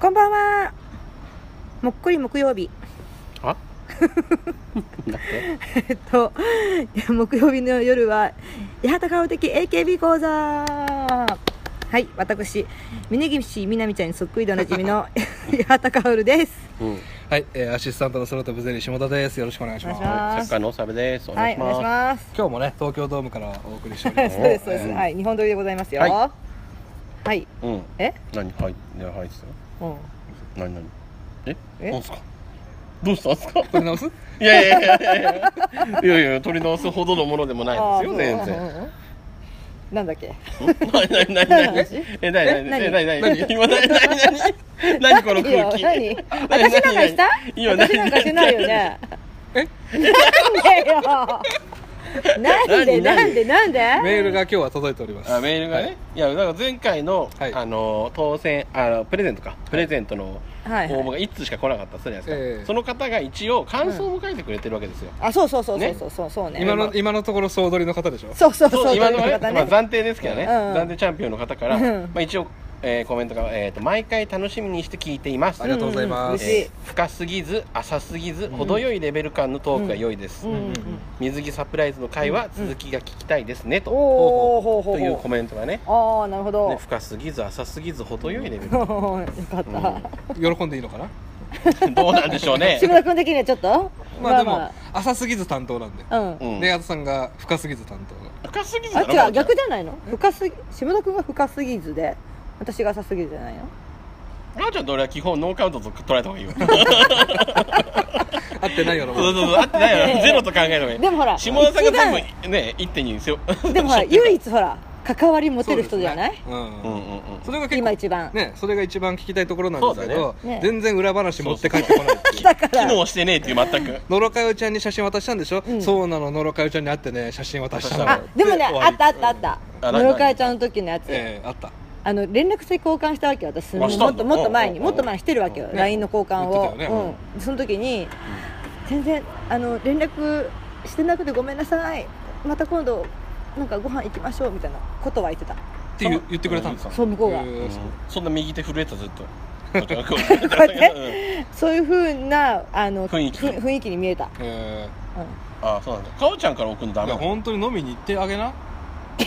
こんばんは。もっこり木曜日。あだってえっと、 木曜日の夜は、八幡顔的 AKB 講座。はい、私、峯岸みなみちゃんにそっくりでおなじみ の八幡薫です。うんはい、えー、アシスタントの空飛ぶゼリー下田です。よろしくお願いします。お願いしまサッカーのサ部ですおは願いい、しお願いしまます。今日もね、東京ドームからお送りしてお りそうます。です、そうです。うんはい、日本撮りでございますよ。は。はいすうんえ何はいねはいっすようん。何何ええなんすかどうしたんすか取り直す？いやいやいやいやいやいやいや取り直すほどのものでもないですよ全然然。なんだっけ何何何何の何話え何何何え何何今何何何何このいいよ空気何何私なんかした今私なんかしてないよねえなんでよ何なんでなんでなんでメールが今日は届いております。あメールがね、い、やだから前回の、はいあの当選あのプレゼントかプレゼントの応はい募が1通しか来なかったそうじゃないですか、ええその方が一応感想も書いてくれてるわけですよ、あそうそうそうそうねそうそうそうね今の今のところ総取りの方でしょ？そう そうそうそう今のはそうねいう方まあ、暫定ですけどね、うん暫定チャンピオンの方から、うんまあ、一応、えーコメントが、えーと「毎回楽しみにして聞いています」ありがとうございますんん嬉しえー深すぎず浅すぎず程よいレベル感のトークが良いです、いうんうんうん水着サプライズの回は続きが聞きたいですね、とおおほうほとういうほコメントがねうああなるほどね深すぎず浅すぎず程よいレベル よかった喜んでいいのかな？どうなんでしょう ね志村君的にはちょっとまあでも浅すぎず担当なんで。あうんうんで、あとさんが深すぎず担当。深すぎるあだ違ろうま逆じゃないの深すぎ志村君が深すぎずで私が浅すぎずじゃないのあちゃんと俺は基本ノーカウントと捉えた方がいいよそう合ってないよな。そうそう合ってないよなゼロと考える方がいいでもほら下田さんが一番多分ね一手にですよでもほら唯一ほら関わり持てる人じゃない、うんうんうんう。んそれが結今構一番、ね、それが一番聞きたいところなんですそけうど、だねね全然裏話持って帰ってこないっていう。だか機ら能してねえっていう全くのろかよちゃんに写真渡したんでしょ、うんそうなののろかよちゃんに会ってね写真渡したのあでもね終わありったあったあったあ室川ちゃんの時のやつ、ええあったあの連絡先交換したわけよ私もあしたのっともっと前にうんもっと前にしてるわけよね LINE の交換言っを、てたよねうん、その時に全然あの連絡してなくてごめんなさいまた今度なんかご飯行きましょうみたいなことは言ってたって言う言ってくれたんですかうそう向こうが、えうーんそんな右手震えてたずっとうやそういうふうなあの雰囲気ふ雰囲気に見えた、えうん、 あそうなんだかおちゃんから送るのーダいやメ本当に飲みに行ってあげなはい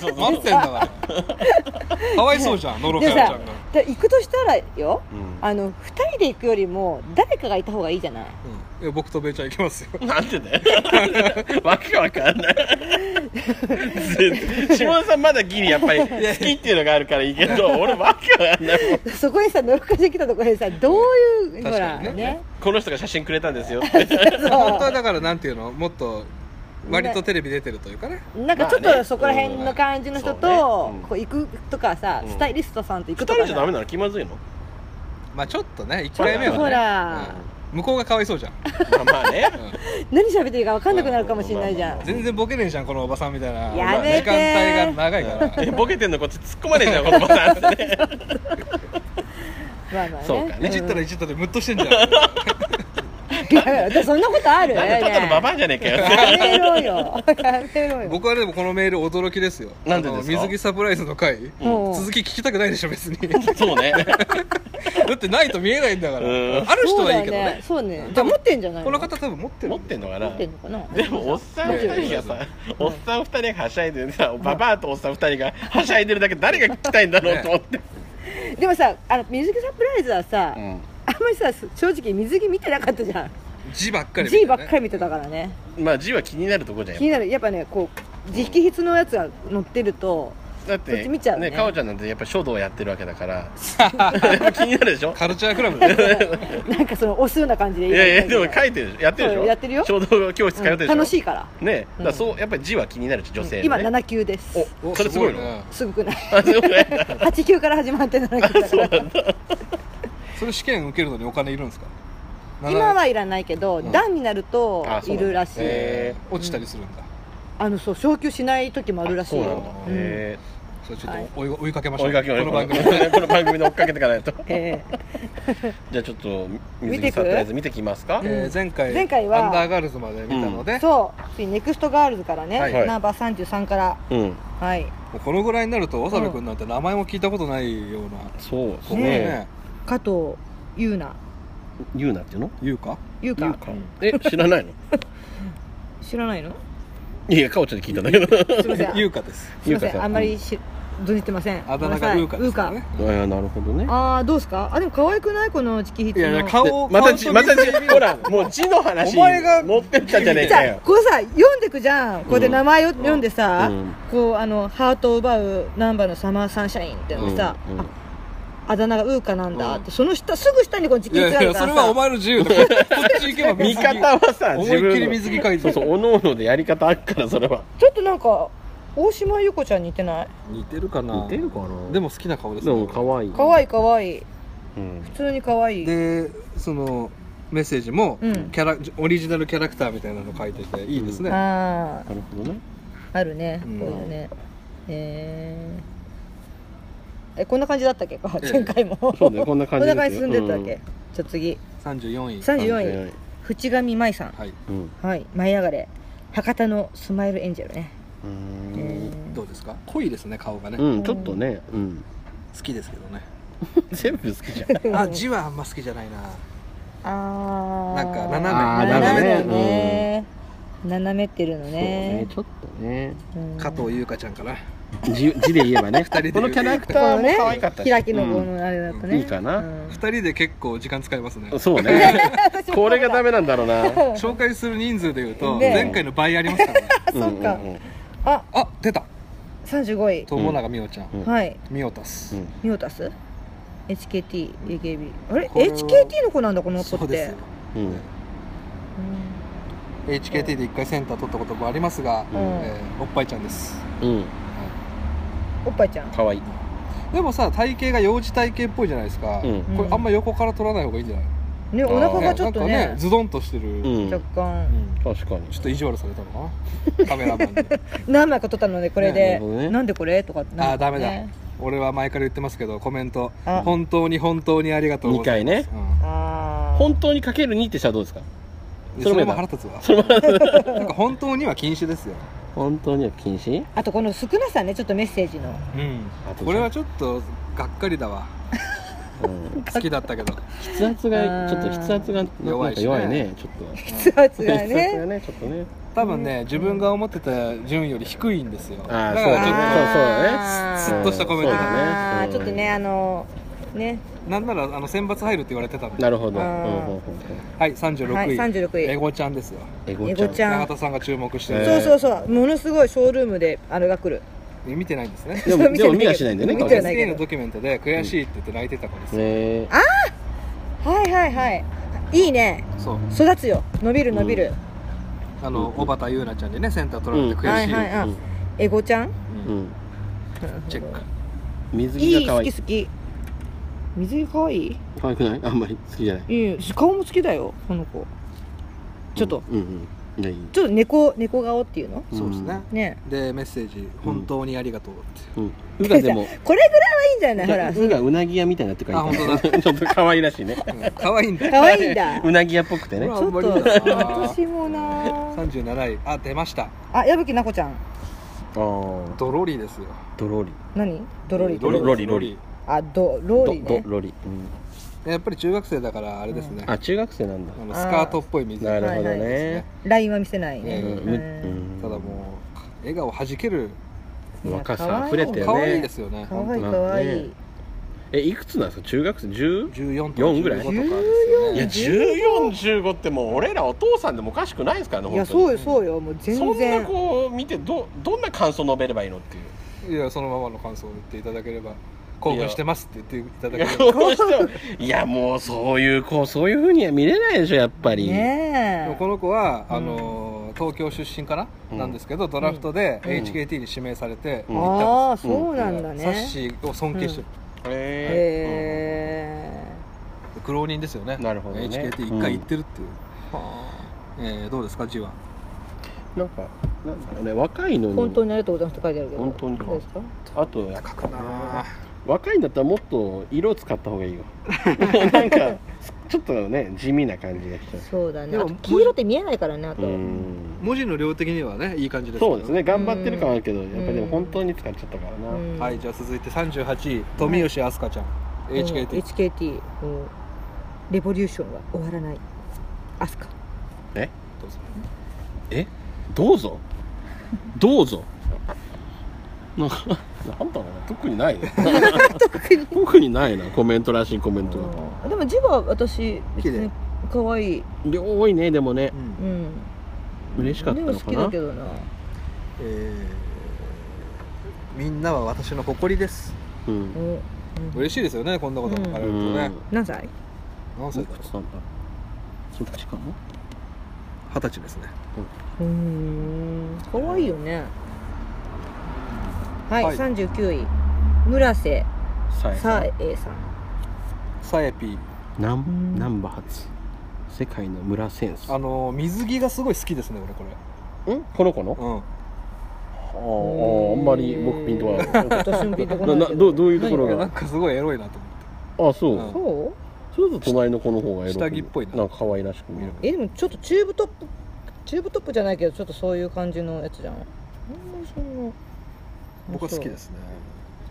そうそう待ってんだから かわいそうじゃんのろかでよちゃさんが、で行くとしたらようんあの2人で行くよりも誰かがいた方がいいじゃないうん、いや僕とべーちゃん行きますよ なんてねわけわかんない全然下田さんまだギリやっぱり好きっていうのがあるからいいけど俺わけわかんないもんそこにさ乗っかしてきたところにさどういうほ確からにねねこの人が写真くれたんですよ 本当はだからなんていうのもっと割とテレビ出てるというかねなんかちょっまあねとそこら辺の感じの人とうんこう行くとかさうんスタイリストさんと行二くとか人じゃダさメなの気まずいのまあちょっとね1回目はねほらうん向こうがかわいそうじゃん、まあまあね何喋ってるか分かんなくなるかもしれないじゃん全然ボケねえじゃんこのおばさんみたいなやめて時間帯が長いからえボケてんのこっち突っ込まれちゃうこのパターンってねまあまあねそうかねいじったらいじったでムッとしてんじゃんいやいやそんなことあるなんだただのババアじゃねえかや よめろよやめろよ僕はでもこのメール驚きですよなんでですかあの水着サプライズの回、もう続き聞きたくないでしょ別にそうね だってないと見えないんだからうんある人はいいけどねそうだよねそうねじゃあ持ってんじゃないこの方多分持ってる持ってんのかな持ってんのかなでもおっさん2人がさおっさん2人がはしゃいでるさババアとおっさん2人がはしゃいでるだけ誰が聞きたいんだろうと思って、でもさあの水着サプライズはさ、うんあんまりさ正直水着見てなかったじゃん字ばっかり G ばっかりり見てたからねまあ字は気になるとこじゃん気になるやっぱねこう直筆のやつが載ってるとだっそってち見ちゃうねかおちゃんなんてやっぱ書道やってるわけだから やっぱ気になるでしょカルチャークラブだよ なんかその押すような感じでいやいやでも書いいてるやってるでしそょうやってるよ書道教室通ってるでしょ、楽しいいからねだからそうやっぱり字は気になるでしょ女性今の、ね、 7級ですおおそれすごいのねすごくないあそう ね8級から始まって7級だからそれ試験受けるのにお金いるんですか 今はいらないけどん段になるとあそういなんだるらしいへえー落ちたりするんだあのそう昇級しない時もあるらしいそうなんよだうんへへそれちょっと追い追いかけましょ追ういかけこようねの番組このこの番組 で追っかけていかないとえじゃあちょっと水見て着くサプライズ見てきますか、えー前回前回はアンダーガールズまで見たので、もそう次ネクストガールズからねはいはいナンバー33からうんはい、うこのぐらいになるとわさびくんなんて名前も聞いたことないようなそうです子ねもね加藤優奈ゆうなっていうの言うか優ゆう香かえ知らないの知らないのいやかおちゃんに聞いたんだけどすいません言うかですすいゆまうかせさんんあんまりし存じてませんあだ名ごがめウんーなさカいですかウらーねカ ああなるほどねああどうですかあでも可愛くないこのチキヒッいチやいやの顔で顔またじとまた水じ着ほらもう字の話お前が持ってったじゃねえじかゃあよこうさ読んでくじゃんこうで名前を読んでさ、うんこうあのハートを奪うナンバーのサマーサンシャインってのさ、うんうんああだ名がウーカなんだって、うその下すぐ下にこのチキいヒッやチいがあるからやそれさはお前の自由だこっち行けば見水着方はさ思自いっきり分水着書いてそうるそうおのおのでやり方あるからそれはちょっとなんか大島優子ちゃん似てない似てるかな似てるかなでも好きな顔ですでも可愛い可愛い可愛いうん普通に可愛いでそのメッセージも、うんキャラオリジナルキャラクターみたいなの書いてていいですね、あなるほどねああるね、うんこういうのねへーえこんな感じだったっけかええ前回もそうねこんなこ感んじなですよ感じ進んでったっけ、じゃあ次34位34位淵上舞さんはいうんはい舞い上がれ博多のスマイルエンジェルね、うえんーどうですか濃いですね顔がね、う好んちょっとねうんきですけどね 全部好きじゃんあ字はあんま好きじゃないなあなんか斜めあー斜め斜めね、斜めってるのそうねねちょっとねうん加藤優香ちゃんかな字字で言 えばね人で言うこのキャラクこターのもね可愛かったし開きのこのあれだとね、うんいいかなうん二人で結構時間使いますねそうねこれが ダメなんだろう な紹介する人数でいうと、ね前回の倍ありますから ねあそっか、んんああ出た35位、友永美桜ちゃん、うんはいミオタス、うんミオタス HKTAKB あれこれは HKT の子なんだこの子そっうてですうんよ HKT で一回センター取ったこともありますが、うんえーおっぱいちゃんですうんおっぱいちゃん可愛いでもさ体型が幼児体型っぽいじゃないですか、うんこれあんま横から取らない方がいいんじゃない、ねお腹がちょっとなんかねズドンとしてる、うん若干うん確かにちょっと意地悪されたのかなカメラマンに 何枚か撮ったのでこれなでるほどねなんでこれとかってなるあーダメだ、ね俺は前から言ってますけどコメントあ本当に本当にありがとうございます二回あー本当にかける2ってしたらどうですかうん、そそれれもやだも腹立つわなんか本当には禁止ですよ、本当には禁止あとこの少なさねちょっとメッセージのうんあとこれはちょっとがっかりだわうん好きだったけど筆圧がちょっと筆圧が弱なんいかしね弱いねちょっと筆圧が 筆圧ねがねちょっとね多分ね自分が思ってた順位より低いんですよだあかあそうらあーちょっとねそうそうだねスッとしたコメントだねそうだあうーんちょっとねあのねなんならあの選抜入るって言われてたんでなるほどあうーんうんうんうんはい36位、はい36位エゴちゃんですよエエゴちゃん永田さんが注目してる、えーそうそうそうものすごいショールームであれが来るえ見てないんですねでもでも見はしないんだよね見てはない SK のドキュメントで悔しいって言って泣いてた子ですよ、ねはいはいはいいいねそう育つよ伸びる伸びる、あのうん小畑優奈ちゃんにねセンター取られてうん悔はしいい、はいはいエゴちゃんうんうんチェック水い着いが可好愛きい好き水着可愛い可愛くないあんまり好きじゃないいい顔も好きだよこの子ちょっと、うんうんいやいいちょっと猫猫顔っていうのそうですね、ねでメッセージ「本当にありがとう」って、うんうがでもこれぐらいはいいんじゃないほらうがうなぎ屋みたいになって書あいて本当あるちょっと可愛らしいね可愛いんだよ可愛いんだち うなぎ屋っぽくてねほらょっとあんまりだな私もな37位あ出ましたあ矢吹奈子ちゃんああドロリですよドロリ何ドロリドロリロリあドロリドねドロリうんやっぱり中学生だからあれですね、あ中学生なんだあのスカートっぽい水着なるほどねラインは見せないね、うんはむうんただもう笑顔はじけるいや若可さ愛い溢れて可愛いねですよねかわいい本当だかわいい、ねえいくつなんですか中学生 10? 14とか四ぐらい15とかですよいやね1415ってもう俺らお父さんでもおかしくないですからねいやそうよよそうよもう全そんな然こう見てどどんな感想述べればいいのっていういやそのままの感想を言っていただければ興奮してますって言っていただいけやればどうしても いやもうそういうこうそういうふうには見れないでしょやっぱり、でもねこの子は、うんあの東京出身かな、うんなんですけどドラフトでうん HKT に指名されてうえん行ったんああですよそうなんだね、サッシーを尊敬してる、えへ苦労人ですよねなるほどね HKT 一回行ってるっていう、えーどうですか G はーなんかなんだろうね若いのーに本当にありがとうございますって書いてあるけど本当にかそうですかあとやっ高くな若いんだったらもっと色使った方がい いよなんかちょっとね地味な感じがしちゃそうだねでもあと黄色って見えないからねあとううん文字の量的にはねいい感じですけどそうですね頑張ってる感はあるけどやっぱりでも本当に使っちゃったからな、うんはいじゃあ続いて38位富吉飛鳥ちゃん、うん HKT HKT うんレボリューションは終わらないア スカえどうぞえどうぞどうぞなんかなんだろうな特にないね特に特にないなコメントらしいコメントがうんでも字は私綺麗可愛い量多いねでもねうんうん嬉しかったでもの好かきだなけどなえーみんなは私の誇りですうんおうん嬉しいですよねこんなこと書かれうるとんね何歳何歳だろうそうなんだそっちかも二十歳ですねうーん可愛いよねはい、はい39位村瀬さえさえさ んさえぴーナうんンナンバー初世界の村センスあのー水着がすごい好きですね俺こんこの子のれうあんーあーあんまり僕ピンとは私もピンとこないなけなどうどういうところいやがなんかすごいエロいなと思っあてそう、うんそうそれだと隣の子の方がエロく下着っぽいなんか可愛らしく見えるえでもちょっとチューブトップチューブトップじゃないけどちょっとそういう感じのやつじゃんあんまりそんな僕は好きですね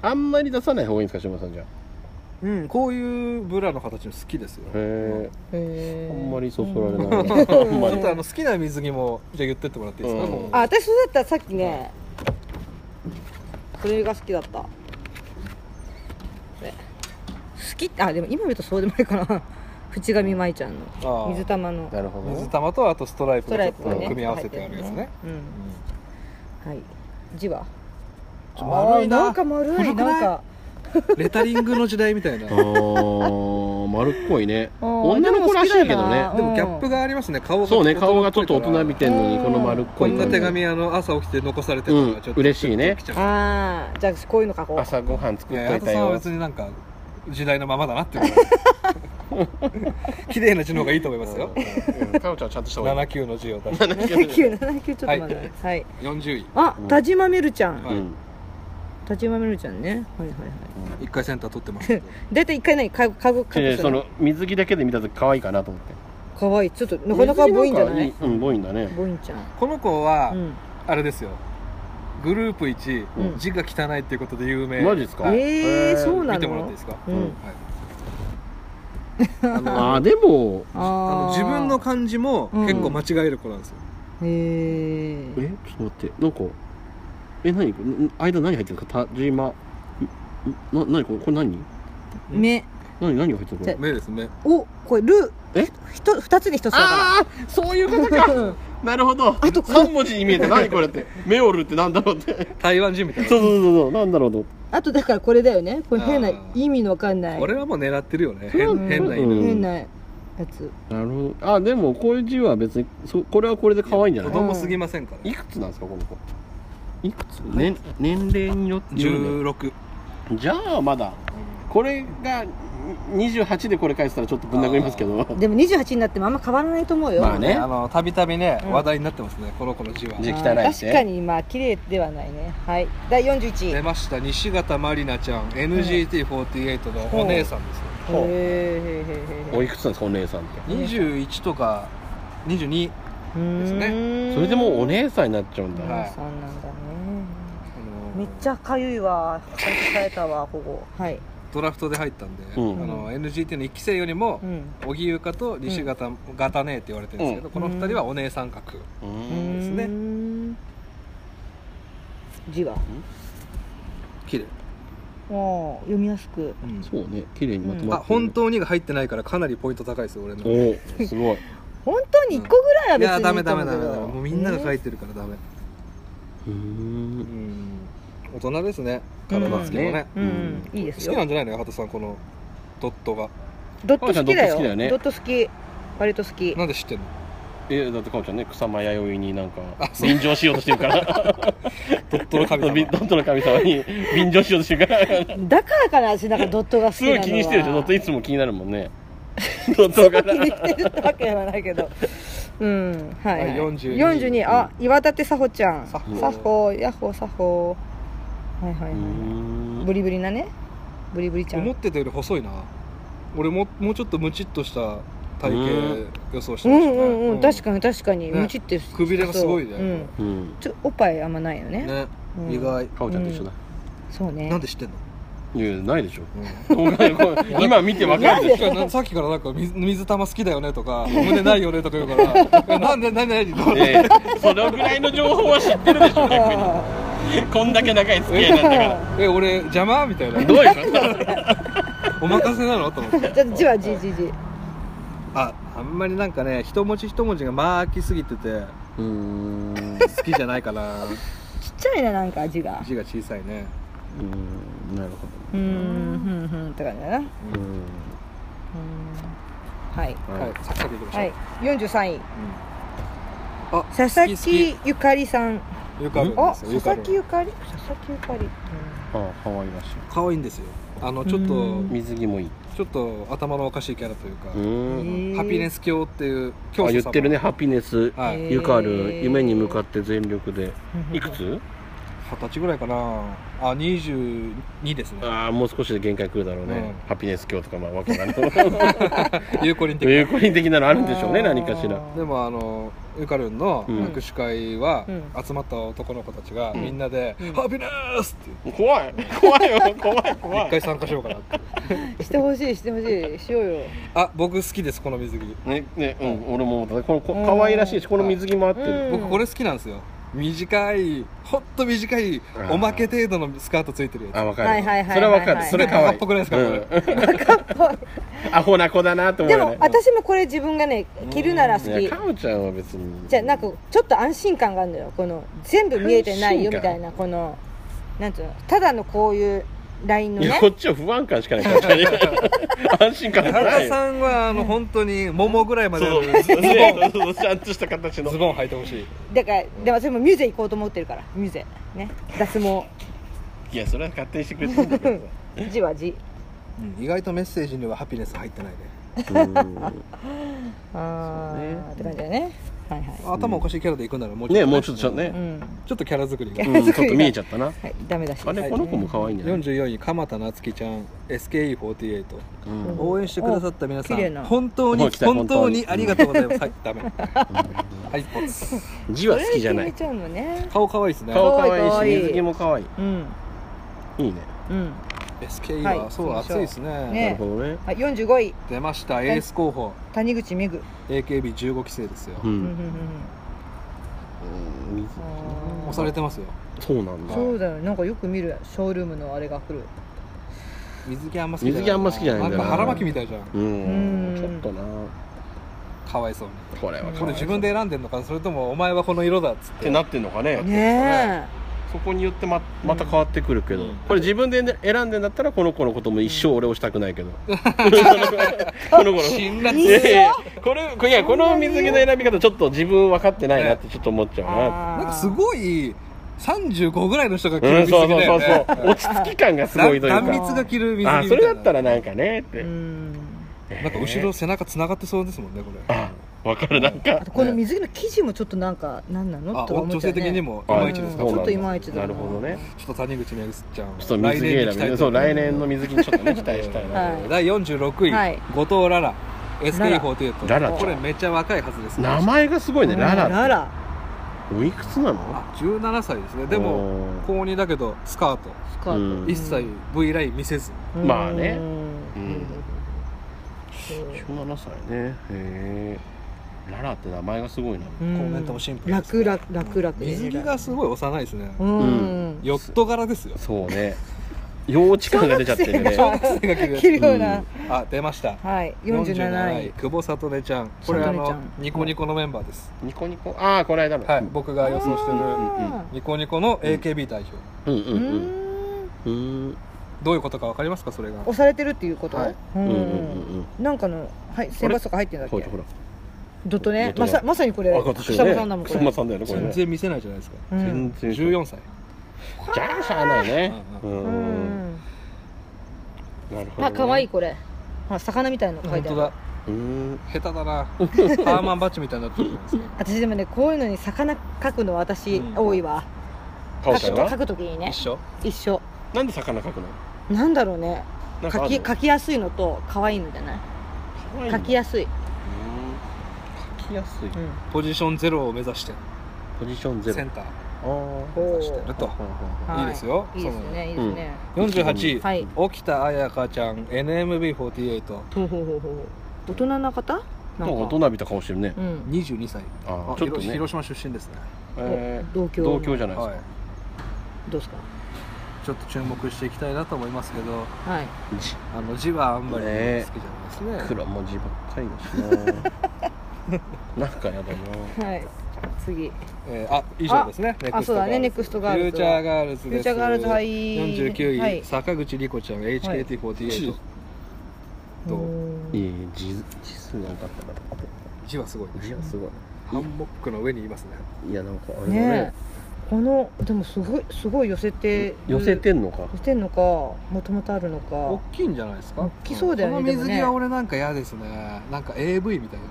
あんまり出さない方がいいんですか島田さんじゃあうんこういうブラの形の好きですよへえへあーんまりそそられうんないな、あんまちょっりとあの好きな水着もじゃあ言ってってもらっていいですか、うんもうあ私そうだったらさっきねこれが好きだったこれ好きってあでも今見るとそうでもないかな 淵上舞ちゃんあのー水玉のなるほどね水玉とあとストライスプトがライちょっプとがね組み合わせてあるやつねうんはい字はちょ丸いなあーなんか丸古いくないなんかうんレタリングの時代みたいなあでー丸っこいねあー女の子らしいけどねでもギャップがありますね顔がそうね顔がちょっと大人びみてんのにこの丸っここいんな感じ手紙あの朝起きて残されてうるのんがちょっと嬉しいね来ちゃうああじゃあこういうの書こう朝ごはん作いっやと矢いた田さんはよ別になんか時代のままだなっていう 綺麗な字の方がいいと思いますようんかおちゃんはちゃんとした方がいい7級の字を出 して7979ちょっと待ってはい40位あうん田島めるちゃはんいうん田島めるちゃんねはいはいはい一回センター取ってますけど大体一回何かかごかでぶせそるの水着だけで見た時可愛いかなと思ってかわいいちょっとなかなかボインじゃない水着んかうんボインだねボインちゃんこの子は、うんあれですよグループ1、うん字が汚いっていうことで有名マジですかはいえーそうな見てもらっていいのですか、うんはい、あのあーでもああのー自分の漢字も結構間違える子なんですよ、へえちーょっと待ってなんかえ何これん間何入ってるんですか田島んんな何これこれ何目何何が入ってるのこじゃれ目ですねおこれルえひと二つで一つだかああそういうことらかなるほどあとこ3文字に見えた何これ ってメオルってなんだろうってそう台湾人みたいなそうそうそうなんだろうとあとだからこれだよねこれ変なあー意味のわかんないこれはもう狙ってるよねう変ん変な犬、うん変なやつなるほどあでもこういう字は別にそこれはこれで可愛いんじゃ子ない供すぎませんから、いくつなんですかこの子いくつ、年年齢によってよるね16じゃあまだこれが28でこれ返したらちょっとぶん殴りますけどでも28になってもあんま変わらないと思うよまあねあのたびたびね、うん話題になってますねこの子の字は字あー汚いって確かにまあ綺麗ではないねはい第41位出へました西方まりなちゃん NGT48 のお姉さんですよ、えおいくつなんですかお姉さんって21とか22ですねそれでもうおね姉さんになっちゃうそんうだ、はいなんだねあのめっちゃかゆいわ解消されたわ保護はいドラフトで入ったんで、うんあの NGT の1期生よりもうん荻生かと西方、ガタネーって言われてるんですけど、うんこの2人はお姉さん格、ううーんーですねん字は綺麗もう読みやすくそうね綺麗にまとあまってる、本当にが入ってないからかなりポイント高いですよ俺のいおおすごい本当に一個ぐらいは別にやいいとダ思メうけどダメダメダメもうみんなが書いててるからダメ、 うーうんん大人ですね体つきもね、うんうんいいです好きなよんじゃないのよ畑さんこのドットがドット好きだかおちゃんドット好きだよよねドット好き割と好きなんで知ってんのえだってかおちゃんね草間弥生になんかあそう便乗しようとしてるから ドットの 神様ドットの神様に便乗しようとしてるから だからかな私なんかドットが好きすなのごはい気にしてるでしょドットいつも気になるもんね ドットが 気にしてるってわけではないけどうんはい、はい、はい42 42あ岩立沙穂ちゃん沙沙穂穂ヤッホー沙穂はいはいうはーい、んブリブリなねブリブリちゃん思ってたより細いな俺ももうちょっとムチっとしたう体ん型予想してうましたんね、うんうん、確かに確かにねムチってくびれがすごいねそううん、うんちょおっぱいあんまないよねねうん意外かおちゃんと一緒だ、そうねなんで知ってんのえいやないで しょ、お前これ今見てわかるでしょなんかさっきからなんか水水玉好きだよねとか胸ないよねとか言うから えなんでなんでなんでど うねえそのぐらいの情報は知ってるでしょ逆にこんだけ長い付き合いなんだからえ俺邪魔みたいな どういうことお任せなのと思って ちょっとじわじじじ ああんまりなんかね一文字一文字が間空きすぎてて うーんう好きじゃないかな ちっちゃいななんか字が字が小さいねーんなるほうーんふんふんって感じだなうーんどうーんはいははいいサクサクいきましょう、はい43位うんあ佐々木好きゆかりさん好きよくあるんあですよよ佐々くある木ゆかり佐々木ゆかりうんああかわいらしい可愛いんですよあのちょっうとん水着もいいちょっと頭のおかしいキャラというか、うーんへーハピネス教っていう教あ師言様ってるねハピネスはいへー二十ゆかる夢に向かって全力でいくつ歳ぐらいかなあ22ですねああもう少しで限界来るだろうねうんハピネス教とかまあわけがない有効輪的有な効人的なのあるんでしょうねあー何かしらでもあのゆかるんのうん握手会は、うん集まった男の子たちがんみんなで「うんハピネス!」って言って怖い怖いよ怖い怖一い回参加しようかなってしてほしいしてほしいしようよあ僕好きですこの水着ねねうん俺も思ったこのこ可愛らしいしこの水着も合ってるうん僕これ好きなんですよ短いほんと短いおまけ程度のスカートついてるあやわかはいはいはいるはいそれはわかるそれ可愛バカいっぽくないですかこうれん アホな子だなと思でうよもね私もこれ自分がね着るなら好いきやかおちゃんは別にじゃあなんかちょっと安心感があるのよこの全部見えてないよみたいなこのなんつうのただのこういうラインのいやねこっちは不安感しかない確 かに安心感つが原 ない田よさんはあの本当に桃ぐらいまでそうのそうズボそンうちゃんとした形のズボン履いてほしいだからでも私もミュゼ行こうと思ってるからミュゼね脱毛いやそれは勝手にしてくれてるんだけどじわじ意外とメッセージにはハピネス入ってないね さあそうねあって感じだねはいはい頭おかしいキャラでいくならもうちょっねともうちょっとちゃんうね、んちょっとキャラ作りが ううんん、ちょっと見えちゃったなはいダメだしあれこの子も可愛いんじゃない、 44位鎌田夏希ちゃん SKE48 うん応援してくださった皆さお綺麗なん本当にもう来た本当本当ににありがとうございますはいダメはいポツ字は好きじゃなそれで決めちいゃうのね顔可愛いですね顔可愛いし可愛い水着も可愛いうんいいねうん SKE ははいそう熱いですねなねるほどねあ45位出ましたエース候補谷口めぐ AKB15 期生ですよううんうんん、うんうん、あー押されてますよそうなんだそうだよなんかよく見るショールームのあれが来る水着あんま好きじゃない水着あんま好きじゃないんだんよかな腹巻きみたいじゃんうんうんちょっとなかわいそうにこれは可愛いこれ自分で選んでんのかそれともお前はこの色だっつっっててなってんのかねねそこによってままた変わってくるけど、うんこれ自分でね選んでんだったらこの子のことも一生俺をしたくないけ ど、この子の辛辣いいいやいよやこれこいやこの水着の選び方ちょっと自分分かってないなってちょっと思っちえゃうななんかすいごい35ぐらいの人が着うるん、水着そうそうだそようねそう落ち着き感がすごいという断か密が着る水着みたいなあそれだったらなんかねって、うんなんか後ろ背中つながってそうですもんねこれあわかるなんあかとこの水着の生地もちょっとなんか何なのあとか思っ女ちゃう性ね的にもいあまいちですかそうちなんょだっといまいちだなるほどねちょっと谷口めぐちゃんちょっと水着に期待選びそうと来年の水着にちょっとね期待したいな、はい第46位、はい後藤ララララ SK48 これめっちゃ若いはずですね名前がすごいねララララおいくつなのあ17歳ですねでもおー高2だけどスカートスカートうん一切 V ライン見せずうんまあねうんうんそう17歳ねへえララって名前がすごいなうコんメントもシンプルです楽ね楽楽楽水着がすごい幼いですねうんうんヨット柄ですよそう ね幼稚感が出ちゃってるね小学学生が着るやつ着るようなうんあ出ましたはい47位久保里音ちゃんこれあ里音ちゃのんニコニコのメンバーですニコニコああこの間のはい僕が予想してるあニコニコの AKB 代表うんうーうんうんーんうんどういうことかわかりますかそれが押されてるっていうことはいううんんうんうんなんかのはい選抜とか入ってんだっほけらほらドットねドットまださまさにこれあ今年草間さんだもんこ草れ間さんだよねこれ全ね然見せないじゃないですかうん全然14歳じゃあしゃあないねううんうんんなるほどねあ可愛いこれほら魚みたいの書い本てあ当るだうん下手 だなハーマンバッチみたいになってるじゃないですか私でもねこういうのに魚描くの私うん多いわかお描ちゃんくは描く時にね一緒一緒なんで魚描くのなんだろうねなんかあ描るきの描きやすいのと可愛いのじゃない可愛いの描きやすい、うん描きやすいうんポジションゼロを目指してポジションゼセロンター目指してるとはいいですよいいですねいいですね、 48位、はい沖田彩香ちゃん NMB4822 ほうほうほうほう大人な方なんかなんか大人びた顔してるねう。ん歳あああ、ちょっと広ね。広島出身ですねえー同郷同郷じゃないですはか。いどうですかちょっと注目していきたいなと思いますけどはいじあの字はあんまり好きじゃないねですね黒文字ばっかりだし な。なんかやだな。はい次えーあ以上ですねあそうだねネクストガールズフューチャーガールズフュでーすチャーガールズはい49位、はい坂口莉子ちゃん HKT48 と、うんいい字字数が多かったから。字はすごい字がすごハンモックの上にいますねい。いやなんかあれだねね。このでもすごいすごい寄せて寄せてんのか。寄せてんのかもともとあるの大かきいんじゃないですか大きそうだよねこの水でも着ねは俺なんか嫌ですねなんか AV みたいな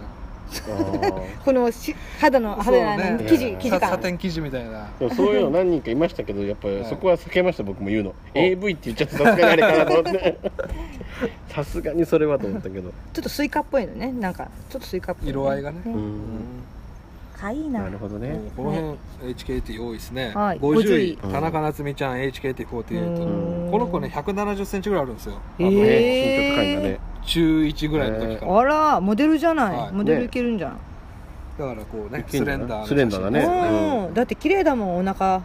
あこのし肌のそうね肌の生地生ね地記事さサ感テン生地みたいなあ。そういうの何人かいましたけど、やっぱりそこは避けました僕も言うの。AV って言っちゃってさすがにあれかなと思って。 さすがにそれはと思ったけど。ちょっとスイカっぽいのねなんかちょっとスイカっぽい色合いがね うねん。かわいいななるほどねも。うこの辺 HKT 多いですね、はい50 50位位田中夏実ちゃん HKT48 うんこの子ね1 7 0ンチぐらいあるんですよあのねへー身長高いんだね。中1ぐらいの時から、あらモデルじゃない、はいモデルいけるんじゃん、だからこうねいけスんじレゃンダーなないスレンダーだねうんだって綺麗だもんお腹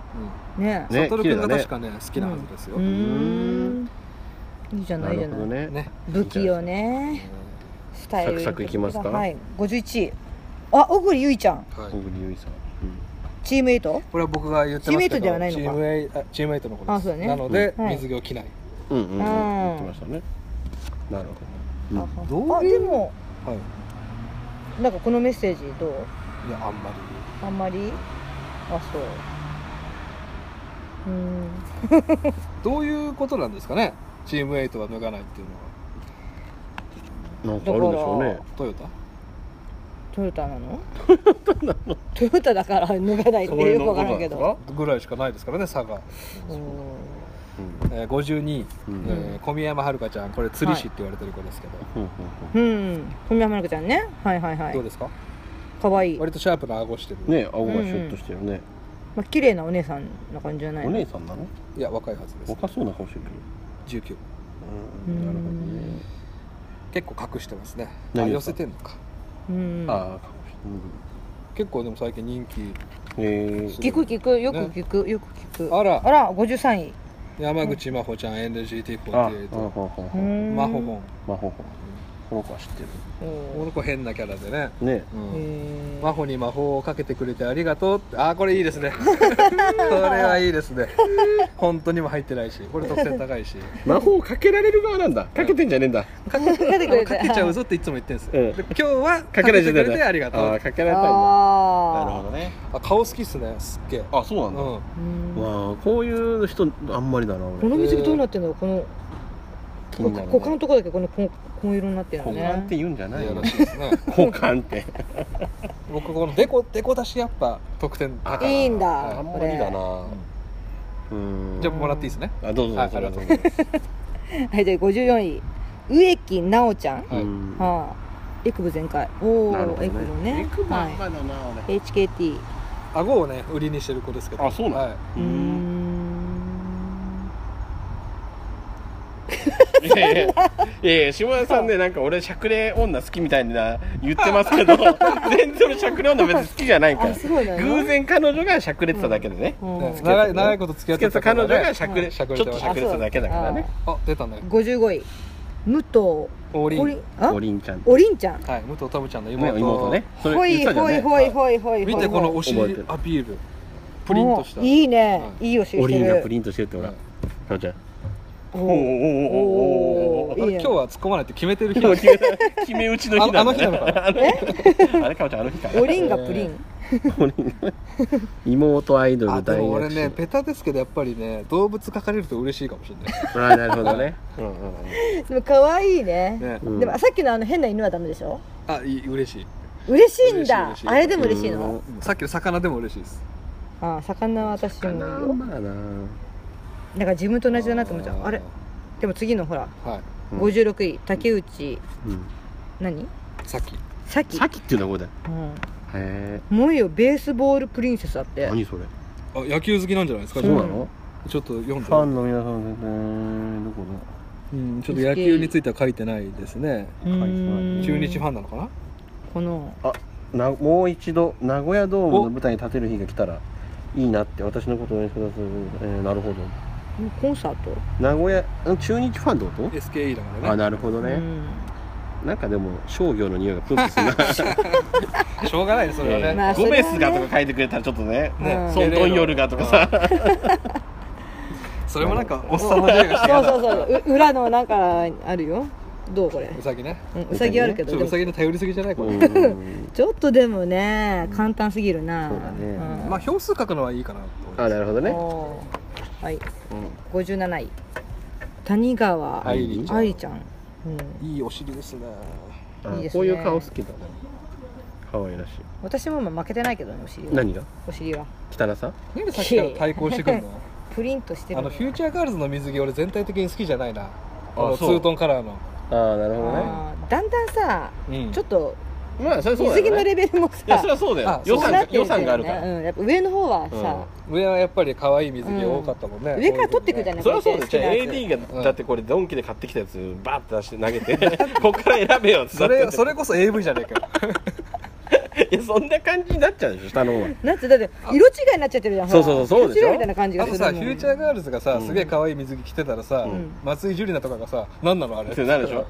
ねうん、ね悟綺君麗がだね確かね好きなはずですよ、うーんいいじゃなないいいじるゃなほい、どね。ね武器よねスタイルサクサクいきますかはい51位あ小栗結衣ちゃんはい小栗優衣さん。うんチームエイトこれは僕が言ってまチーすけどムエイトではないのかチームエイあチームエイトの子ですあそうだねなので、はい水着を着ない、うんうんうん、うん言ってましたね。なるほど。うんどういうあでもはい、なんかこのメッセージどういやあんまりあんまりあそううーんどういうことなんですかねチームエイトは脱がないっていうのはなんかあるんでしょうね。トヨタトヨタなのトヨタだから脱がないってよくわからんけどぐらいしかないですからね差が、うんえー、52位、うんうんえー小宮山遥ちゃんこれ釣り師って言われてる子ですけど、うんうん小宮山遥ちゃんねはいはいはどういですかかわいい、ま割とシャープな顎してる、うんね、顎がシュッとしてるね。あ綺麗なお姉さんな感じじゃないお姉さんなの？いや若いはずです若そうな顔してる19けど。うん、なる結構隠してますねあ何寄ですかせてんのかうんほどね。ああ、か結構でも最近人気もしれない。ええ。聞く聞くよく聞く、よく聞くあらあら53位山口真帆ちゃんあ、あ、ほ NGT48 ほほうーほ。ん真帆もまほほ。この子は知ってこの子変なキャラでね、る。ね。うへん、ー真帆に魔法をかけてくれてありがとうってああこれいいですねこれはいいですね本当にも入ってないしこれ得点高いし魔法をかけられる側なんだ。かけてんじゃねえんだ。かけてくれてかけちゃうぞっていつも言ってるんですよ、うんで今日はかかけけらてれちゃくったれんてだ。ありがとあうあ、かけられたいんだ。なるあほどね。あ顔好きっすねすっげえあ、そうなうんだ。ーんうんまあ、こういう人あんまりだな。こ俺の水着どうなってんだろうこの気になるね股間のとこだけこのこ紺色になってるの股ね間って言うんじゃないいやよら。しいですね股間って。僕このデコデコ出しやっぱ得点あいいんだあんまりだな。うん。じゃあもらっていいですねあどうぞはいどうぞどうぞあはりいじゃあ54位植木奈緒ちゃん、はいうんはあエクブ全開おなるほお、どねエクブねエクバはカだな俺い HKT 顎をね売りにしてる子ですけどあそうなのはい、うーんいやいやいやいや下田さんねなんか俺しゃくれ女好きみたいな言ってますけど全然俺しゃくれ女別に好きじゃないかあらそうだよ偶然彼女がしゃくれてただけでねうんね長い長いこと付き合っ付き合っててた彼子が女ねがしゃくうれんちょっとしゃくれてただけだからねあ出たね55位武藤王林おりんあおりんちゃんおりんちゃんはい武藤タムちゃんの妹,、ね妹ねそれほ言っいてたじゃんほいねほいほいほい見てこのお尻覚えてるアピールプリンとしたおいいねはいいいお尻おしりてんがるプリントしてるってほらはい彼女おおおおーおおおおおーいいね今日は突っ込まないって決めてる日でもは決め決め打ちの日なんだねあの日なのかあのあれかおちゃんあの日かおりんがプリン妹アイドあル で大も俺躍ね進ペタですけどやっぱりね動物描かれると嬉しいかもしれないああなるほどねうんうんうんでも可愛いねねうんでもさっきのあの変な犬はダメでしょあいい嬉しい嬉しいんだ嬉しい嬉しいあれでも嬉しいのうさっきの魚でも嬉しいですあ魚は私もいいんよまあなだから自分と同じだなと思っちゃうあれでも次のほらはいうん56位竹内うん何さっきさきさっきっていうのはこれだようんへえもういいよベースボールプリンセスだって何それああ野球好きなんじゃないですかそうなのちょっと読んでファンの皆さん全然どこうん、ちょっと野球については書いてないですねうーん中日ファンなのかなこのだなもう一度名古屋ドームの舞台に立てる日が来たらいいなって私のことを応援してくださる、えーなるほどコンサート、名古屋ん中日ファンってこと SKE だかあらねなるほどうね、んなんかでも商業の匂いがプンプンするな しょうがないねそれはね、まあゴメスがとか書いてくれたらちょっとねうんソントンヨルがとかさそれもなんかおっさんの匂いがしてそやうそうだそう う裏のなんかあるよどうこれうさぎねうんうさぎあるけちどょでっともうさぎの頼りすぎじゃないこれ、うんちょっとでもね簡単すぎるなそうだねんまあ票数書くのはいいかなと思いあますなるほどね、おーはいうん57位谷川愛梨ちゃん愛ちゃん、うん、いいお尻ですねあいいですねこういう顔好きだね可愛らしい私もまあ負けてないけどねお尻は何がお尻は汚さなんでさっきから対抗し てくるのプリンとしてあるののフューチャーガールズの水着俺全体的に好きじゃないなあのツそうートンカラーのああなるほどねあーだんだんさうんちょっとまあそれそうだ水着よのねレベルもいやさそれはそうだよあ予そう算ながって予るじゃん算ねがあるから、うん、やっぱ上の方はさ、上はやっぱり可愛い水着多かったもんね、上から取ってくじゃいないそれはそうだよじゃあ好きなやつ AD がだってこれドンキで買ってきたやつバーって出して投げて こっから選べよってそれそれれこそ AV じゃねえかよいやそんな感じになっちゃうでしょ下の方 はなんてだって色違いになっちゃってるじゃんそうそうそうそうでしょ色違い みたいな感じがあすとるさフもんューチャーガールズがさすげえ可愛い水着着てたらうさ、ん松井樹里奈とかがさ何なのあれってなるでしょ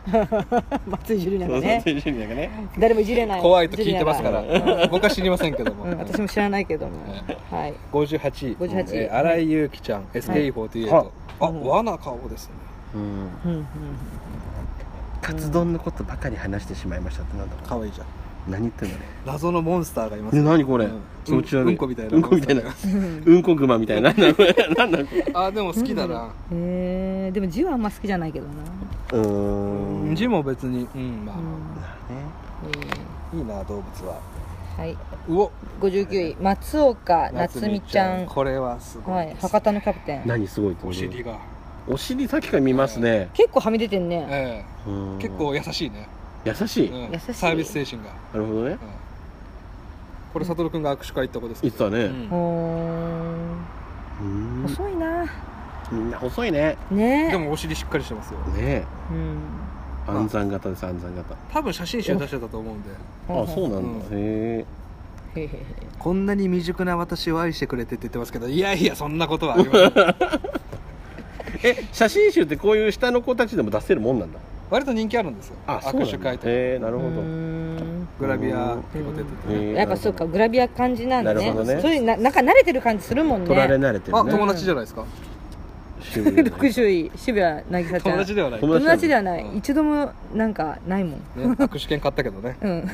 松井樹里そ奈うそがうね選手になんかね誰もいじれない怖いと聞いてますから樹里奈が僕は知りませんけども、うん、私も知らないけども、はい58位58位えー新井優希ちゃん SKE48、はいあ、うんわな顔ですねうんうんうんカツ丼のことばかり話してしまいましたってなんだろ可愛いじゃんう何言ってんのね謎のモンスターがいますえ何これ、うん気持ち悪い、うんうんこみたいなうんこみたいなうんこ熊みたいな何だこれ何だこれあでも好きだな、えー、でも字はあんま好きじゃないけどな、うーん字も別にうんまあ、うんいいな動物ははい、うお59位松岡夏美ちゃんこれはすごいはい、です博多のキャプテン何すごいってお尻が、お尻さっきから見ますね、結構はみ出てんね、えうんえ、結構優しいね、優しい、うん優しいサービス精神が、なるほどねうんこれ悟君が握手会行った子です言ってたねうーん、うーん細いなみんな細いねねでもお尻しっかりしてますよねえうん暗算型です暗算型多分写真集出してたと思うんであそうなんだ、へえへへへこんなに未熟な私を愛してくれてって言ってますけどいやいやそんなことはありませんえ写真集ってこういう下の子たちでも出せるもんなんだ割と人気あるんですよあそうなん握だ手会とかへえなるほどうーんグラビア結構出てて、へえやっぱそうかグラビア感じなんだなねるほどねそういうななんか慣れてる感じするもんね取られ慣れてあるね友達じゃないですか、渋いよね60位渋谷渚ちゃ友ん達ではない、ね、友友達ではない、うん一度もなんかないもん握手券買ったけどねうん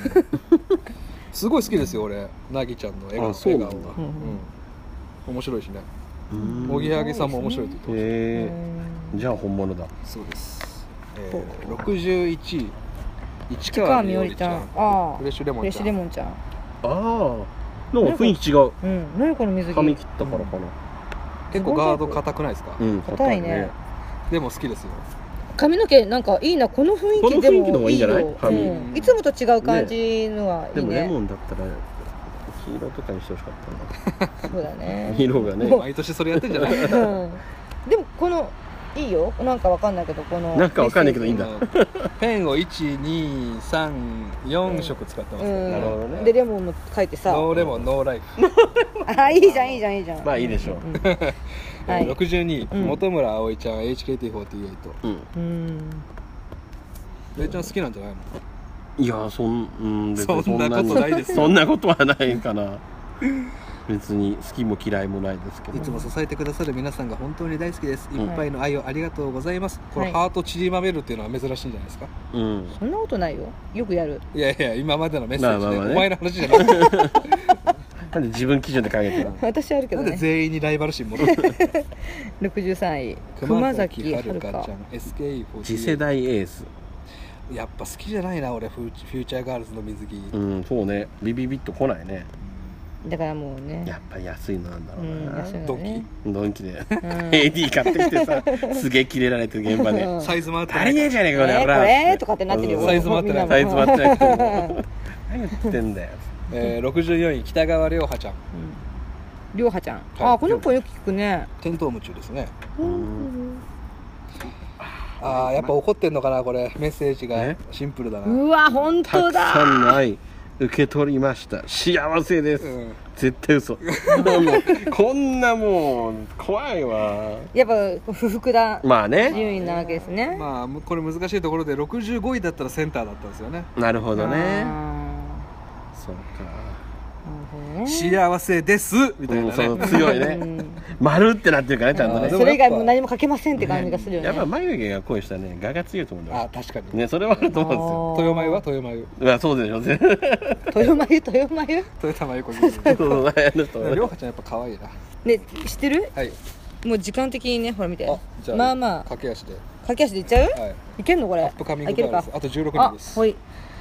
すごい好きですよ俺なぎちゃんの笑あ顔そう笑なんだう顔が、んうん面白いしねうーんおぎへやはぎさんも面白いって言ってましえじゃあ本物だたそうです、えー、61位市川川みみよよりりちちゃゃんんああフレッシュレモフンレッちシゃュんレモンちゃんああなんか雰囲気違ううん何この水着髪切ったからかな結構ガード硬くないですか、うん硬いねでも好きですよ髪の毛なんかいいなこの雰囲気でこの雰囲気の方もがいいんじゃないよ髪うんいつもと違う感じのがいでいもねレモンだったら黄色とかにしてほしかったそうだねな色がね毎年それやってんじ ゃないうんでもこのいいよなんかわかんないけどこのなんかわかんないけどいいんだペンを1234色使ってまうすからね、んなるほどねでレモンも書いてさノーレモンノーライフ、あいいじゃんいいじゃんいいじゃんまあいい でしょうんはい62位、うん本村葵ちゃん HKT48 ううんんレイちゃん好きなんじゃないのいやそん、うん、別にそんなことにないですよそんなことはないかな別に好きも嫌いもないですけどいつも支えてくださる皆さんが本当に大好きです。いっぱいの愛をありがとうございます。これはいハートちりばめるっていうのは珍しいんじゃないですか。うんそんなことないよよくや るいやいや、今までのメッセージまで、あまあまあねお前の話じゃない。なんで自分基準で考えてる私あるけなどんでね全員にライバル心持ってる。 63位熊崎遥遥香香ちゃん、SKE48。次世代エースやっぱ好きじゃないな、俺、フューチフューチャーガールズの水着。うんそうねビビビッと来ないねだからもうねやっぱり安いのなんだろううんな安いのドンドンキでうん AD 買ってきてさすげえキレられて現場でうんキ。サイズもあっ足たりねえじゃねえかこれねほらこれとかってなってるうよんサイズも合ってないみんサイもズばっちゃくて何言ってんだよえー、64位、北川涼波ちゃん。うんりょうはちゃん、いああこの子よく聞くねテントウムチュウですねうんああやっぱ怒ってんのかなこれメッセージがえシンプルだなうわ本た当くさだんの愛受け取りました幸せです、うん絶対嘘もうこんなもう怖いわやっぱ不服だまあね順位なわけですね、 まあむこれ難しいところで65位だったらセンターだったんですよねなるほどあーねそなうるほどね幸せですみか、たいうん、なそね、の強い ね丸ってなってるからねちゃんとあーでねもそれ以外も何もかけませんって感じがするよねやっぱ眉毛が恋したね我が強いと思うんだあよ確かに、ねそれはあると思うんですよ豊前は豊前まあそうでしょうねそう豊前豊前豊玉横 にそうあの人 りょうはちゃんやっぱ可愛いなね知ってるはいもう時間的にねほら見てあじゃあまあまあ駆け足で駆け足でいっちゃう、はいい、けんのこれアップカミングいけるガーかルズあと16人あですほい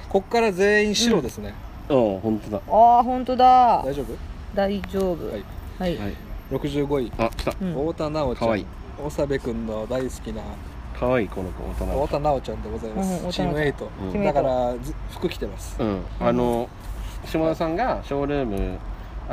こっから全員白ですね、うん本当だあー本当だ大丈夫大丈夫ははいい、はい65位、あ来たうん太田奈央ちゃん可愛い長谷部君の大好きな可愛いこの子大人太田奈央ちゃんでございまうんすチームチーム8エイだトからず服着てますうん、あの下田さんがショールーム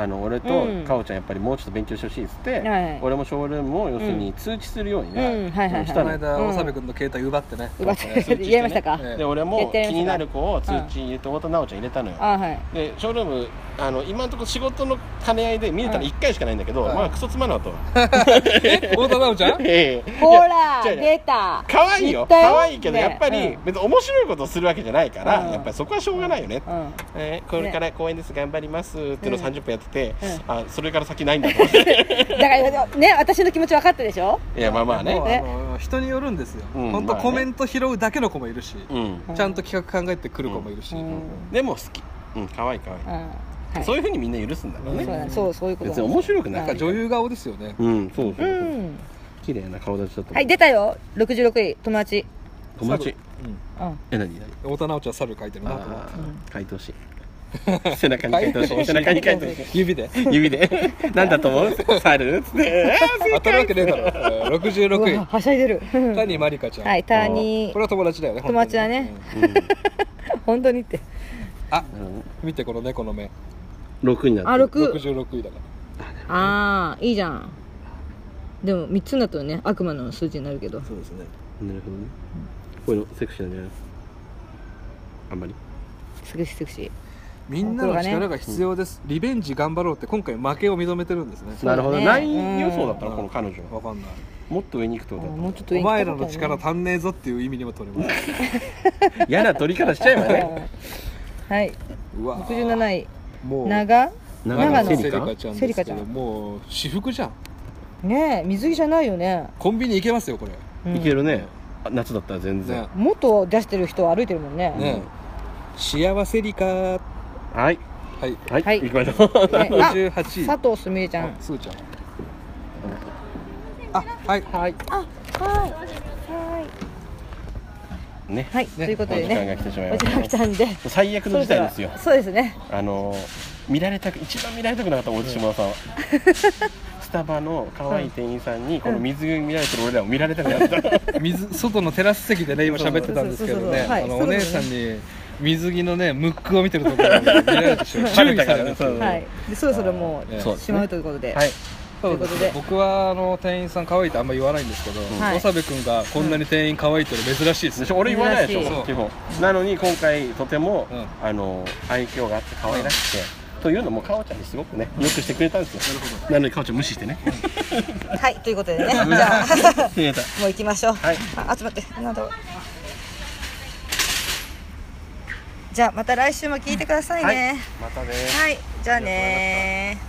あの俺とうんかおちゃんやっぱりもうちょっと勉強してほしいっつって、はい俺もショールームを要するに通知するようにね、うんはいはいはいしこたののよ間うん長谷部君の携帯奪ってねうわそうそうやりましたか、ええで俺やっもて気やりましたになる子を通知入れて太田奈央ちゃん入れたのよ、あーはいでショールームあの今のところ仕事の兼ね合いで見れたの1回しかないんだけど、はいまあクソつまんなかったわ太田奈央ちゃ んええほらいや違う違う出た可愛いよ言ったよ可愛いけどねやっぱりうん別に面白いことをするわけじゃないから、うんやっぱりそこはしょうがないよね、うんえーこれから公演です頑張りますっていうのをうん30分やってて、うんあそれから先ないんだと思ってだからね私の気持ち分かったでしょいやまあまあもうねねの人によるんですようん本ま当あねコメント拾うだけの子もいるしうんうんちゃんと企画考えてくる子もいるしうんでも好きうん可愛い可愛いうんはいそういうふうにみんな許すんだからそうねだねそうそういうこと別に面白くなはいいかなんから女優顔ですよねうんそうそううん綺麗な顔立ちだとはい出たよ66位友達友達うんうんえ何何太田奈央ちゃん猿描いてるなと思っあてあ書いてほしい背中に書いてほしい背中に書いてほしい 指で指でなんだと思う猿つって当たるわけねえだろう66わ位はしゃいでる谷まりかちゃんはいターニこれは友達だよね友達だね本当にー本当にってあうん見てこの猫の目6になあってる6 66位だかああいいじゃんでも3つになったらね悪魔の数字になるけどらそうですねなるほどねこういうのセクシーなんじゃないあんまりセクシーセクシーみんなの力が必要です、リベンジ頑張ろうって今回負けを認めてるんですねうだねなるほど何予想だったうのんこの彼女はわかんないもっと上に行くってあーこともだうっちょっとお上に行前こらうかの力足んねえぞっていう意味にも取れますた嫌な取り方しちゃえばねね はいうんうわ67位もう長長野セセリリカカちゃんセでリすけカちゃどんもう私服じゃんねえ水着じゃないよね、コンビニ行けますよこれうんいけるねあ夏だったら全然ねもっと出してる人は歩いてるもんねね幸せリカはいはいはいはい行きましょうねあ58位佐藤すみれちゃあんすーちゃんあはいはいねはい、ということで時間がね来てしまいおま時間が来したんで最悪の事態ですよそうですねあの見られたく一番見られたくなかった大津島田さ んはスタバの可愛い店員さんにこの水着見られてる俺らを見られたくなかった水外のテラス席でね今喋ってたんですけどそうそうねそうそうはいあのそおうで姉すさねんに水着のねムックを見てるところを見られて しまバう注レ意たかさられねるというはいでそろそろもええそううしまうということで、はいそうというでことすでね僕はあの店員さん可愛いってあんま言わないんですけどはい長部君がこんなに店員可愛いっていうの珍しいですでねしょ俺言わないでしょ珍しい基本なのに今回とても、うんあの愛嬌があって可愛らしくて、というのもかおちゃんにすごくねよくしてくれたんですよなのにかおちゃん無視してねはい、ということでねじゃあ 見えたもう行きましょう、はいああちょっと待ってなんだろうじゃあまた来週も聞いてくださいね、またねはい、じゃあねー